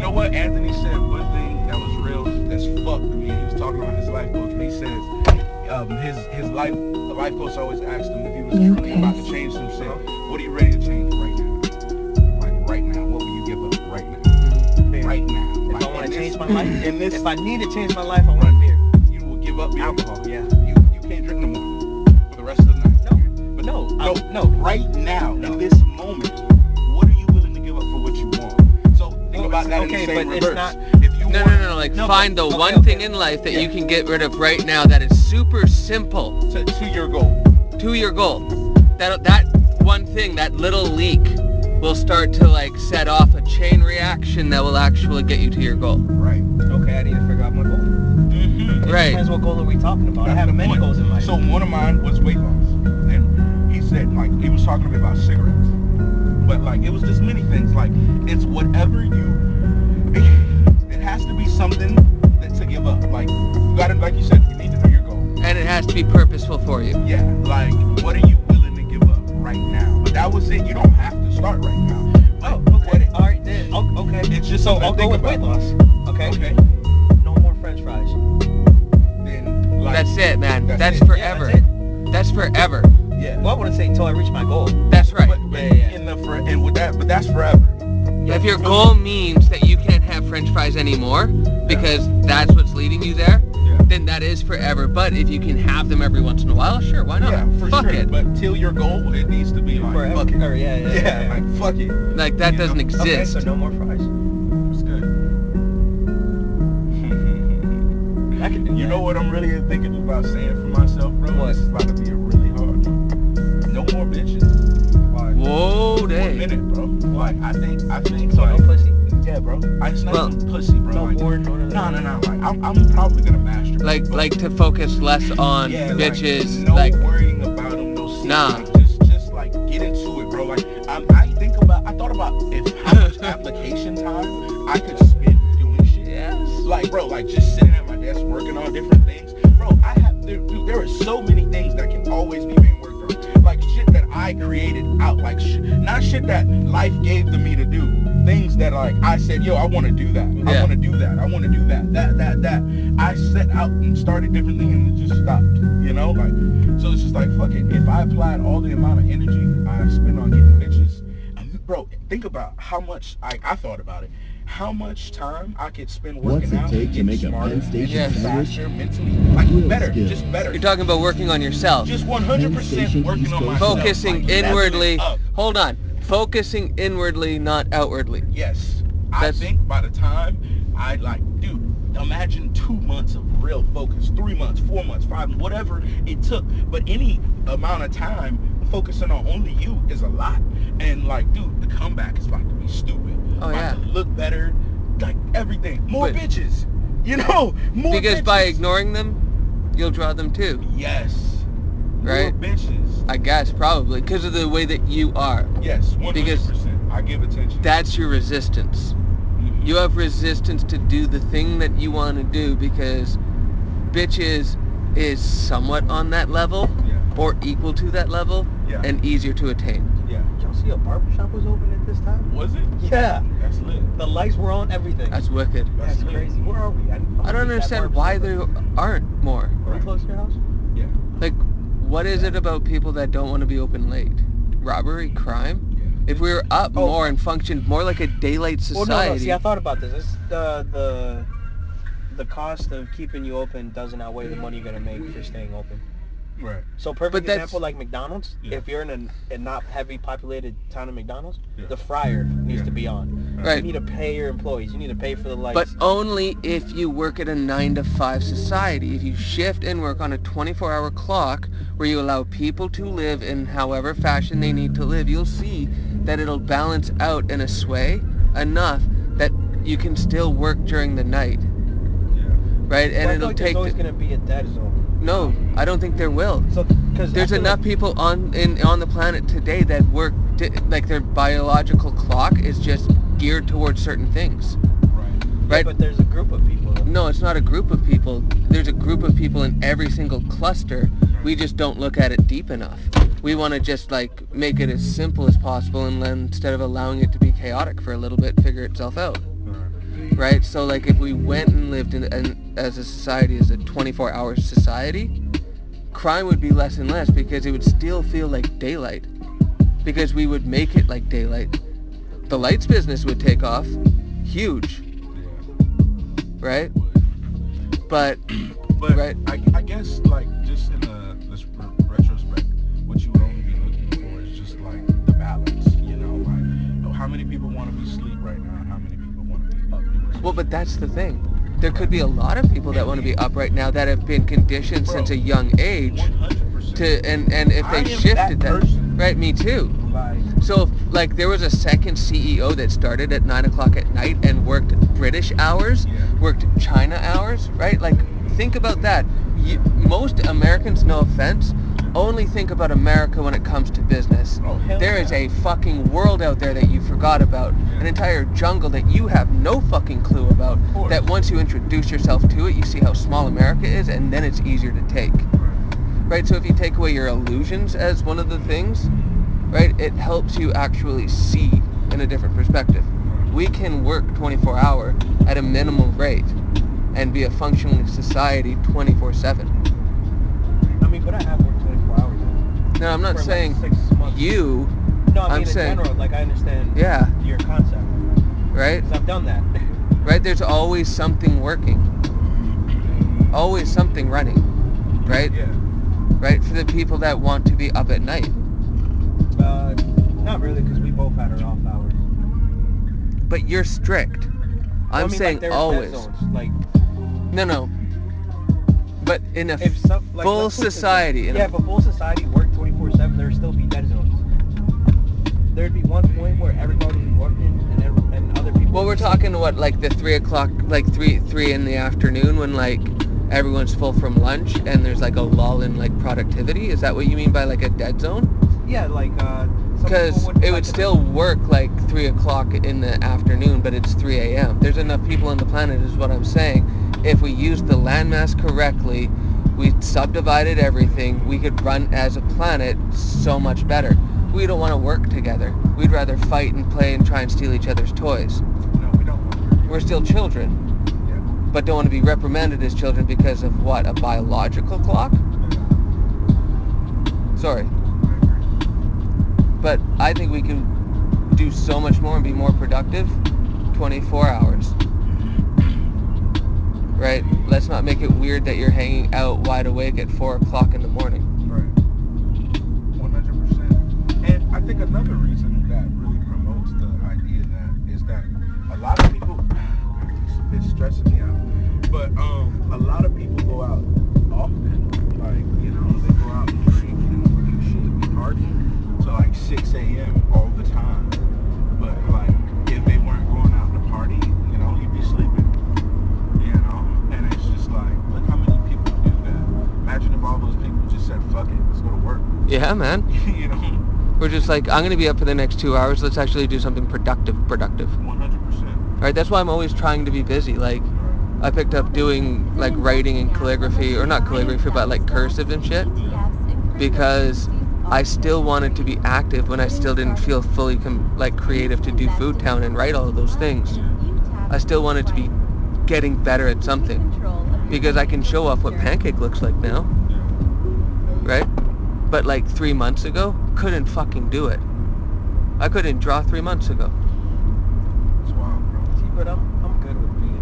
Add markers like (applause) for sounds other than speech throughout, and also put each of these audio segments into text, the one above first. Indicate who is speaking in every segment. Speaker 1: know what Anthony said? One thing that was real as fuck to me. He was talking about his life coach, and he says um, his his life the life coach always asked him if he was
Speaker 2: You
Speaker 1: truly about to
Speaker 2: guys.
Speaker 1: change some shit. What are you ready to change right now? Like right now, what will you give up right now?
Speaker 3: Beer.
Speaker 1: Right now.
Speaker 3: Mm-hmm. If
Speaker 1: Like,
Speaker 3: I want
Speaker 1: in
Speaker 3: to
Speaker 1: this-
Speaker 3: change my
Speaker 1: (laughs)
Speaker 3: life,
Speaker 1: in this,
Speaker 3: if I need to change my life, I want beer.
Speaker 1: you will give up beer.
Speaker 3: Alcohol, yeah.
Speaker 1: You you can't drink no more for the rest of the night.
Speaker 3: No,
Speaker 1: But
Speaker 3: no,
Speaker 1: no,
Speaker 3: I-
Speaker 1: no. Right now,
Speaker 3: No.
Speaker 1: in this moment, what are you willing to give up for what you want? So think
Speaker 3: Oh,
Speaker 1: about
Speaker 3: it's-
Speaker 1: that
Speaker 3: okay,
Speaker 1: in the same
Speaker 3: but it's
Speaker 1: reverse.
Speaker 3: not-
Speaker 1: if you
Speaker 4: No,
Speaker 1: want
Speaker 4: no, no, no. Like,
Speaker 3: No,
Speaker 4: find the
Speaker 3: but- okay,
Speaker 4: one
Speaker 3: okay.
Speaker 4: thing in life that you can get rid of right now that is super simple
Speaker 1: to, to your goal,
Speaker 4: to your goal. That that one thing, that little leak, will start to like set off a chain reaction that will actually get you to your goal.
Speaker 1: right?
Speaker 3: Okay, I need to figure out my goal.
Speaker 1: Mm-hmm.
Speaker 3: It
Speaker 4: Right.
Speaker 3: depends what goal are we talking about. I have many goals in life.
Speaker 1: So one of mine was weight loss, and he said like he was talking to me about cigarettes, but like it was just many things. Like it's whatever you, it has to be something that to give up. Like you got to like you said, you need to know your goal.
Speaker 4: And it has to be purposeful for you.
Speaker 1: Yeah, like what are you willing to give up right now? But that was it. You don't have to start right now. But
Speaker 3: oh,
Speaker 1: what
Speaker 3: okay.
Speaker 1: it- uh,
Speaker 3: All right, then. o- Okay.
Speaker 1: It's just
Speaker 3: so
Speaker 1: something to
Speaker 3: I'll go
Speaker 1: think
Speaker 3: with
Speaker 1: about.
Speaker 3: weight loss. Okay.
Speaker 1: okay,
Speaker 3: No more French fries.
Speaker 1: then like
Speaker 4: That's it, man.
Speaker 1: That's
Speaker 4: That's
Speaker 1: it.
Speaker 3: Yeah,
Speaker 4: forever.
Speaker 3: that's it.
Speaker 4: That's forever.
Speaker 1: yeah.
Speaker 3: Well, I wouldn't say until I reach my goal.
Speaker 4: That's right.
Speaker 1: But, but
Speaker 3: Yeah, yeah.
Speaker 1: in the for, and with that, but that's forever.
Speaker 4: If your goal means that you can't have french fries anymore because that's what's leading you there,
Speaker 1: Yeah.
Speaker 4: then that is forever. But if you can have them every once in a while, sure, why not?
Speaker 1: Yeah, for
Speaker 4: Fuck
Speaker 1: sure.
Speaker 4: it.
Speaker 1: But till your goal, it needs to be like
Speaker 3: Forever.
Speaker 1: fuck it.
Speaker 3: Or, yeah, yeah, yeah, yeah.
Speaker 1: like fuck it.
Speaker 4: Like that
Speaker 1: You
Speaker 4: doesn't
Speaker 1: know?
Speaker 3: Okay,
Speaker 4: exist.
Speaker 3: so no more fries.
Speaker 1: It's good.
Speaker 3: I can do
Speaker 1: you
Speaker 3: that.
Speaker 1: know what I'm really thinking about saying for myself, bro?
Speaker 3: What?
Speaker 1: This is about to be a really hard. one. No more bitches. Like
Speaker 4: Whoa,
Speaker 1: one
Speaker 4: day.
Speaker 1: minute, bro. Like I think, I think,
Speaker 3: So
Speaker 1: like,
Speaker 3: no pussy.
Speaker 1: yeah, bro. I it's not
Speaker 4: Well-
Speaker 1: even pussy, bro.
Speaker 3: No
Speaker 1: like,
Speaker 3: porn. No, no,
Speaker 1: no, no, no. Like I'm, I'm probably gonna master.
Speaker 4: Like like to focus less on bitches.
Speaker 1: no
Speaker 4: Like,
Speaker 1: worrying about them, no secret.
Speaker 4: Nah.
Speaker 1: Like, just, just like get into it, bro. Like I'm, I think about, I thought about if how
Speaker 4: (laughs)
Speaker 1: much application time I could spend doing shit.
Speaker 4: yes.
Speaker 1: Like, bro, like just sitting at my desk working on different things. Bro, I have, there, dude, there are so many things that can always be being worked on. Like shit that I created out, like sh- not shit that life gave to me to do. Things that like I said, yo, I want to do that. I
Speaker 4: Yeah.
Speaker 1: want to do that. I want to do that. That, that, that. I set out and started different things and it just stopped. You know, like so it's just like fuck it. If I applied all the amount of energy I spent on getting bitches, um, bro, think about how much I, I thought about it. How much time I could spend working
Speaker 5: What's it
Speaker 1: out,
Speaker 5: take
Speaker 1: and
Speaker 5: to
Speaker 1: getting
Speaker 5: make a
Speaker 1: smarter,
Speaker 5: Penn Station
Speaker 1: getting
Speaker 5: sandwich?
Speaker 1: faster mentally, like
Speaker 5: Real
Speaker 1: better,
Speaker 5: skill.
Speaker 1: just better,
Speaker 4: You're talking about working on yourself.
Speaker 1: just 100
Speaker 5: Penn
Speaker 1: percent
Speaker 5: Station
Speaker 1: working
Speaker 5: East
Speaker 1: on
Speaker 5: Coast
Speaker 1: myself,
Speaker 4: Focusing
Speaker 1: like, leveling
Speaker 4: inwardly.
Speaker 1: up.
Speaker 4: Hold on. Focusing inwardly, not outwardly.
Speaker 1: Yes. I
Speaker 4: That's-
Speaker 1: think by the time I like, dude, imagine two months of real focus, three months, four months, five, whatever it took. But any amount of time focusing on only you is a lot. And like, dude, the comeback is about to be stupid.
Speaker 4: Oh,
Speaker 1: About
Speaker 4: yeah.
Speaker 1: to look better, like everything. More
Speaker 4: But-
Speaker 1: bitches. You know, more
Speaker 4: Because
Speaker 1: bitches.
Speaker 4: by ignoring them, you'll draw them too.
Speaker 1: yes,
Speaker 4: Right?
Speaker 1: more bitches.
Speaker 4: I guess probably because of the way that you are.
Speaker 1: Yes, one hundred
Speaker 4: Because-
Speaker 1: percent. I give attention.
Speaker 4: That's your resistance.
Speaker 1: Mhm.
Speaker 4: You have resistance to do the thing that you want to do because bitches is somewhat on that level
Speaker 1: Yeah.
Speaker 4: or equal to that level
Speaker 1: Yeah.
Speaker 4: and easier to attain.
Speaker 1: yeah.
Speaker 3: Y'all see a barbershop was open at this time?
Speaker 1: Was it?
Speaker 3: Yeah.
Speaker 1: That's lit.
Speaker 3: The lights were on everything.
Speaker 4: That's wicked.
Speaker 1: That's
Speaker 3: That's
Speaker 1: lit.
Speaker 3: crazy. Where are we? I,
Speaker 4: I don't understand why there aren't more.
Speaker 3: Are we close to your house?
Speaker 1: Yeah.
Speaker 4: Like, what is it about people that don't want to be open late? Robbery, crime?
Speaker 1: Yeah.
Speaker 4: If we were up
Speaker 3: Oh.
Speaker 4: more and functioned more like a daylight
Speaker 3: Well,
Speaker 4: society,
Speaker 3: no, no. See, I thought about this. It's the the the cost of keeping you open doesn't outweigh the money you're gonna make for staying open.
Speaker 1: Right.
Speaker 3: So perfect
Speaker 4: But that's-
Speaker 3: example like McDonald's.
Speaker 1: Yeah.
Speaker 3: If you're in a, a not heavy populated town of McDonald's,
Speaker 1: Yeah.
Speaker 3: the fryer needs
Speaker 1: Yeah.
Speaker 3: to be on. You
Speaker 4: Right.
Speaker 3: need to pay your employees. You need to pay for the
Speaker 4: But
Speaker 3: lights.
Speaker 4: only if you work at a 9 to 5 society. If you shift and work on a 24-hour clock where you allow people to live in however fashion they need to live, you'll see that it'll balance out in a sway enough that you can still work during the night,
Speaker 1: Yeah.
Speaker 3: Well, I
Speaker 4: right? And
Speaker 3: feel
Speaker 4: it'll
Speaker 3: like
Speaker 4: take
Speaker 3: there's always
Speaker 4: the-
Speaker 3: gonna be a dead zone.
Speaker 4: No, I don't think there will.
Speaker 3: So because
Speaker 4: There's enough people on in on the planet today that work di like their biological clock is just geared towards certain things,
Speaker 1: Right.
Speaker 3: yeah,
Speaker 4: right?
Speaker 3: But there's a group of people. though.
Speaker 4: No, it's not a group of people. There's a group of people in every single cluster. We just don't look at it deep enough. We want to just like make it as simple as possible and then instead of allowing it to be chaotic for a little bit, figure itself out.
Speaker 1: Right.
Speaker 4: right? So like if we went and lived in, in as a society, as a 24-hour society, crime would be less and less because it would still feel like daylight, because we would make it like daylight. The lights business would take off, huge, right? But
Speaker 1: But
Speaker 4: Right.
Speaker 1: I, I guess like just in a, this re- retrospect, what you would only be looking for is just like the balance, you know, like oh, how many people want to be asleep right now, and how many people want to be up. doing
Speaker 4: well, but that's the thing. There could be a lot of people that want to be up right now that have been conditioned since a young age
Speaker 1: One hundred percent.
Speaker 4: to and and if
Speaker 1: I
Speaker 4: they
Speaker 1: am that
Speaker 4: shifted that,
Speaker 1: person.
Speaker 4: right? Me too.
Speaker 1: Like
Speaker 4: So, if, like, there was a second CEO that started at nine o'clock at night and worked British hours,
Speaker 1: Yeah.
Speaker 4: worked China hours, right? Like, think about that. You, most Americans, no offense, only think about America when it comes to business.
Speaker 1: Oh, hell
Speaker 4: There
Speaker 1: yeah.
Speaker 4: is a fucking world out there that you forgot about, an entire jungle that you have no fucking clue about.
Speaker 1: course.
Speaker 4: That once you introduce yourself to it, you see how small America is, and then it's easier to take right? So if you take away your illusions as one of the things, right, it helps you actually see in a different perspective. We can work 24 hour at a minimal rate and be a functioning society 24 7. Mm-hmm.
Speaker 3: I mean, but I have worked 24 hours.
Speaker 4: No, I'm not
Speaker 3: For like
Speaker 4: saying
Speaker 3: six months.
Speaker 4: you,
Speaker 3: No, I mean
Speaker 4: I'm
Speaker 3: in
Speaker 4: saying-
Speaker 3: general, like I understand
Speaker 4: Yeah.
Speaker 3: your concept
Speaker 4: right?
Speaker 3: because I've done that. (laughs)
Speaker 4: Right? There's always something working, always something running, right?
Speaker 1: yeah,
Speaker 4: Right? For the people that want to be up at night.
Speaker 3: Uh, not really, because we both had our off hours.
Speaker 4: But you're strict.
Speaker 3: Well,
Speaker 4: I'm
Speaker 3: I mean,
Speaker 4: saying
Speaker 3: like, there are dead
Speaker 4: always.
Speaker 3: zones, Like
Speaker 4: No, no. But in a
Speaker 3: if some, like
Speaker 4: full
Speaker 3: let's put it this way.
Speaker 4: society, in
Speaker 3: yeah,
Speaker 4: a,
Speaker 3: if a full society worked 24/7, there'd still be dead zones. There'd be one point where everybody was working and every, and other people.
Speaker 4: well, we're talking what like the three o'clock, like three three in the afternoon when like everyone's full from lunch and there's like a lull in like productivity. Is that what you mean by like a dead zone?
Speaker 3: Yeah, like uh. some people
Speaker 4: Because
Speaker 3: would,
Speaker 4: it
Speaker 3: like,
Speaker 4: would still work like three o'clock in the afternoon, but it's three a.m. There's enough people on the planet, is what I'm saying. If we used the landmass correctly, we subdivided everything. We could run as a planet so much better. We don't want to work together. We'd rather fight and play and try and steal each other's toys.
Speaker 1: no, we don't want to.
Speaker 4: We're still children.
Speaker 1: Yeah,
Speaker 4: but don't want to be reprimanded as children because of what a biological clock sorry
Speaker 1: I agree.
Speaker 4: but i think we can do so much more and be more productive 24 hours right let's not make it weird that you're hanging out wide awake at 4 o'clock in the morning
Speaker 1: Right. 100%. And I think another reason that really promotes the idea that is that a lot of people, (sighs) it's stressing me out, but um, a lot of people go out often. Like, you know, they go out and drink and do shit and party till like 6 a.m. all the time. But like, if they weren't going out to party, you know, you'd be sleeping. You know? And it's just like, look how many people do that. Imagine if all those people just said, fuck it, let's go to work. (laughs)
Speaker 4: yeah man
Speaker 1: you know?
Speaker 4: we're just like i'm gonna be up for the next two hours let's actually do something productive productive
Speaker 1: 100%.
Speaker 4: right that's why i'm always trying to be busy like i picked up doing like writing and calligraphy or not calligraphy but like cursive and shit because I still wanted to be active when I still didn't feel fully com- like creative to do Food Town and write all of those things. I still wanted to be getting better at something because I can show off what pancake looks like now, right? But like three months ago, couldn't fucking do it. I couldn't draw three months ago.
Speaker 1: It's wild, bro.
Speaker 3: See, but I'm I'm good with being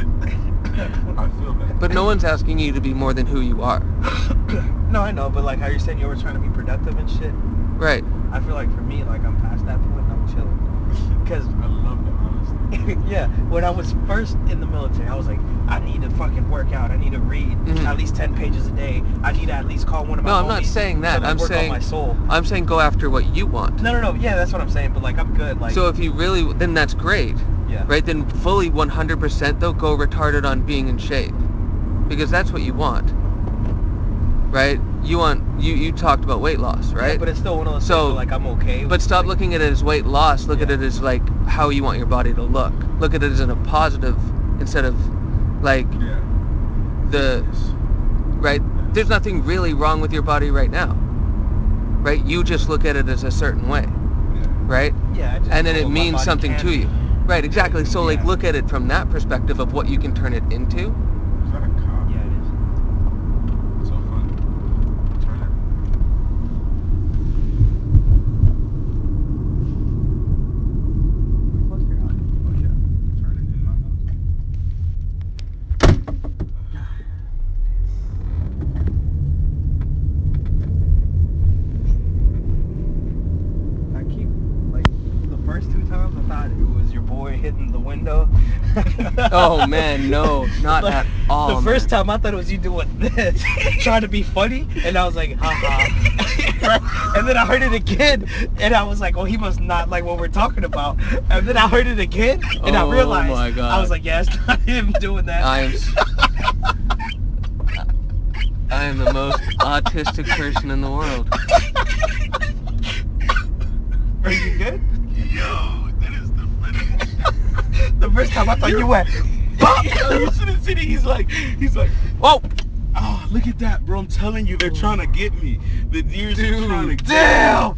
Speaker 3: average. Like, I'm
Speaker 1: I feel that.
Speaker 4: But no one's asking you to be more than who you are,
Speaker 3: good. No, I know, but like how you're saying you were trying to be productive and shit.
Speaker 4: right?
Speaker 3: I feel like for me, like I'm past that point and I'm chilling. (laughs) Because
Speaker 1: I love the honesty.
Speaker 3: (laughs) yeah, when I was first in the military, I was like, I need to fucking work out. I need to read
Speaker 4: Mhm.
Speaker 3: at least ten pages a day. I need to at least call one of my.
Speaker 4: No, I'm not
Speaker 3: homies
Speaker 4: saying
Speaker 3: So
Speaker 4: that.
Speaker 3: they
Speaker 4: I'm
Speaker 3: work
Speaker 4: saying
Speaker 3: on my soul.
Speaker 4: I'm saying go after what you want.
Speaker 3: No, no, no. Yeah, that's what I'm saying. But like, I'm good. Like,
Speaker 4: So if you really, then that's great.
Speaker 3: yeah,
Speaker 4: right? Then fully 100% though, go retarded on being in shape, because that's what you want, right? You want you you talked about weight loss,
Speaker 3: Yeah,
Speaker 4: right?
Speaker 3: but it's still one of those.
Speaker 4: So-
Speaker 3: things where, like, I'm okay.
Speaker 4: But
Speaker 3: with,
Speaker 4: stop
Speaker 3: like,
Speaker 4: looking at it as weight loss. Look at
Speaker 3: Yeah.
Speaker 4: it as like how you want your body to look. Look at it as in a positive instead of like
Speaker 1: Yeah.
Speaker 4: the
Speaker 1: Yes.
Speaker 4: right. There's nothing really wrong with your body right now, right? You just look at it as a certain way.
Speaker 1: Yeah.
Speaker 4: right?
Speaker 3: Yeah. I just
Speaker 4: And then
Speaker 3: know
Speaker 4: it
Speaker 3: what my
Speaker 4: means
Speaker 3: body
Speaker 4: something
Speaker 3: can
Speaker 4: to you.
Speaker 3: be.
Speaker 4: Right, exactly. So like
Speaker 3: Yeah.
Speaker 4: look at it from that perspective of what you can turn it into.
Speaker 1: Is that a cop?
Speaker 3: Yeah, it is.
Speaker 1: So fun. Turn it. Oh yeah. Turn it in my house.
Speaker 3: I keep like the first two times I thought it was your boy hitting the window.
Speaker 4: (laughs) Oh, man, no, not
Speaker 3: Like,
Speaker 4: at all,
Speaker 3: The first
Speaker 4: man.
Speaker 3: time I thought it was you doing this, (laughs) trying to be funny, and I was like, haha. (laughs) and then I heard it again, and I was like, oh, he must not like what we're talking about. And then I heard it again, and
Speaker 4: Oh,
Speaker 3: I realized,
Speaker 4: my
Speaker 3: I
Speaker 4: God.
Speaker 3: was like, yeah, it's not (laughs) him doing that.
Speaker 4: I'm s- (laughs) I am the most autistic person in the world.
Speaker 3: Are you good?
Speaker 1: Yo, that is the funniest.
Speaker 3: (laughs) The first time I thought you
Speaker 1: (laughs)
Speaker 3: went,
Speaker 1: Bop! Yo, you should have seen it. He's like, he's like,
Speaker 4: Whoa!
Speaker 1: oh, look at that, bro. I'm telling you, they're trying to get me. The deers are trying to get
Speaker 3: damn.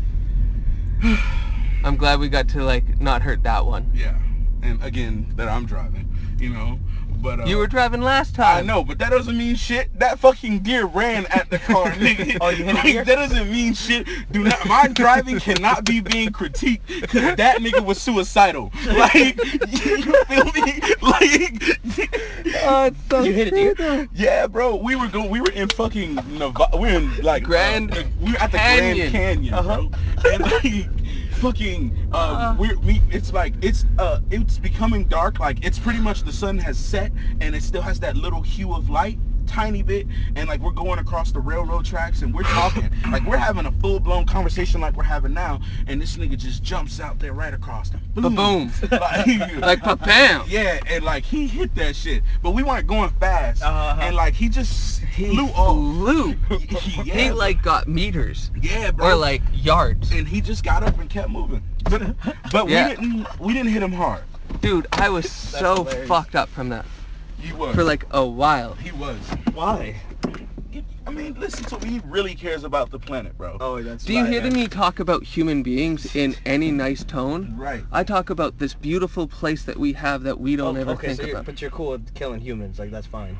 Speaker 4: I'm glad we got to like not hurt that one.
Speaker 1: me. Yeah. And again, that I'm driving, you know. But uh,
Speaker 4: You were driving last
Speaker 1: I
Speaker 4: time.
Speaker 1: know, but that doesn't mean shit. That fucking deer ran at the car,
Speaker 4: (laughs)
Speaker 1: nigga.
Speaker 3: Oh, you hit a
Speaker 1: Like,
Speaker 3: deer?
Speaker 1: That doesn't mean shit. Do not. My driving cannot be being critiqued because that nigga was suicidal.
Speaker 4: (laughs)
Speaker 1: Like, (laughs) you feel me? Like,
Speaker 4: Oh, it's so
Speaker 3: You hit it,
Speaker 4: true,
Speaker 3: dude.
Speaker 4: though.
Speaker 1: yeah, bro. We were going. We were in fucking Nevada. We're in like
Speaker 4: Grand
Speaker 1: uh, we were at the
Speaker 4: Canyon. Uh-huh.
Speaker 1: Grand Canyon, bro. And like fucking um,
Speaker 4: Uh.
Speaker 1: we're we, it's like it's uh it's becoming dark like it's pretty much the sun has set and it still has that little hue of light tiny bit and like we're going across the railroad tracks and we're
Speaker 4: (laughs)
Speaker 1: talking like we're having a full-blown conversation like we're having now and this nigga just jumps out there right across them
Speaker 4: (laughs)
Speaker 3: (laughs)
Speaker 4: Ba-boom.
Speaker 1: like,
Speaker 4: Like, ba-bam.
Speaker 1: yeah and like he hit that shit but we weren't going fast
Speaker 3: Uh-huh.
Speaker 1: and like he just
Speaker 4: He
Speaker 1: flew off
Speaker 4: flew.
Speaker 1: yeah,
Speaker 4: (laughs) He
Speaker 1: bro.
Speaker 4: like got meters
Speaker 1: yeah bro
Speaker 4: or like yards.
Speaker 1: and he just got up and kept moving but but
Speaker 4: Yeah.
Speaker 1: we didn't we didn't hit him hard
Speaker 4: Dude, I was so
Speaker 3: hilarious.
Speaker 4: fucked up from that
Speaker 1: he was
Speaker 4: for like a while.
Speaker 1: he was
Speaker 3: Why?
Speaker 1: i mean listen to me he really cares about the planet bro
Speaker 3: Oh, that's.
Speaker 4: Do you
Speaker 3: right.
Speaker 4: hear me talk about human beings in any nice tone?
Speaker 1: right
Speaker 4: I talk about this beautiful place that we have that we don't
Speaker 3: Oh,
Speaker 4: ever
Speaker 3: okay,
Speaker 4: think
Speaker 3: so you're,
Speaker 4: about.
Speaker 3: but you're cool with killing humans, like that's fine.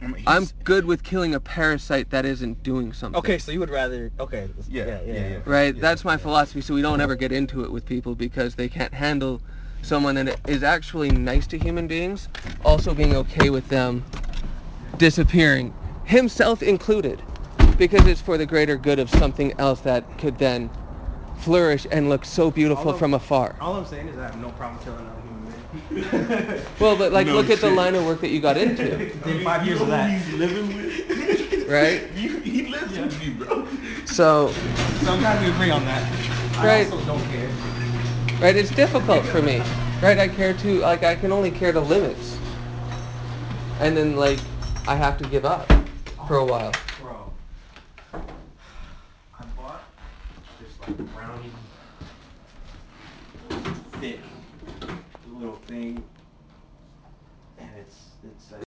Speaker 1: I mean, he's-
Speaker 4: I'm good with killing a parasite that isn't doing something.
Speaker 3: Okay, so you would rather. Okay. that's-
Speaker 1: Yeah,
Speaker 3: Yeah. Yeah.
Speaker 1: yeah, yeah.
Speaker 4: Right?
Speaker 1: Yeah,
Speaker 4: That's my philosophy, so we don't ever get into it with people because they can't handle someone that is actually nice to human beings also being okay with them disappearing, himself included, because it's for the greater good of something else that could then flourish and look so beautiful
Speaker 3: Although-
Speaker 4: from afar.
Speaker 3: All I'm saying is I have no problem killing another human being.
Speaker 4: Well, but like
Speaker 1: No
Speaker 4: look at the
Speaker 1: shit.
Speaker 4: line of work that you
Speaker 1: (laughs)
Speaker 4: got into,
Speaker 3: Did five years
Speaker 1: You know who
Speaker 3: of that.
Speaker 1: he's living with
Speaker 4: right?
Speaker 1: You- he lives with me bro
Speaker 4: So,
Speaker 3: So I'm glad we agree on that.
Speaker 4: Right.
Speaker 3: I also don't care.
Speaker 4: right, it's difficult for me, right? I care to, like, I can only care to limits. And then, like, I have to give up for a while.
Speaker 3: Bro. I bought this like brownie thick little thing. And it's uh, it's like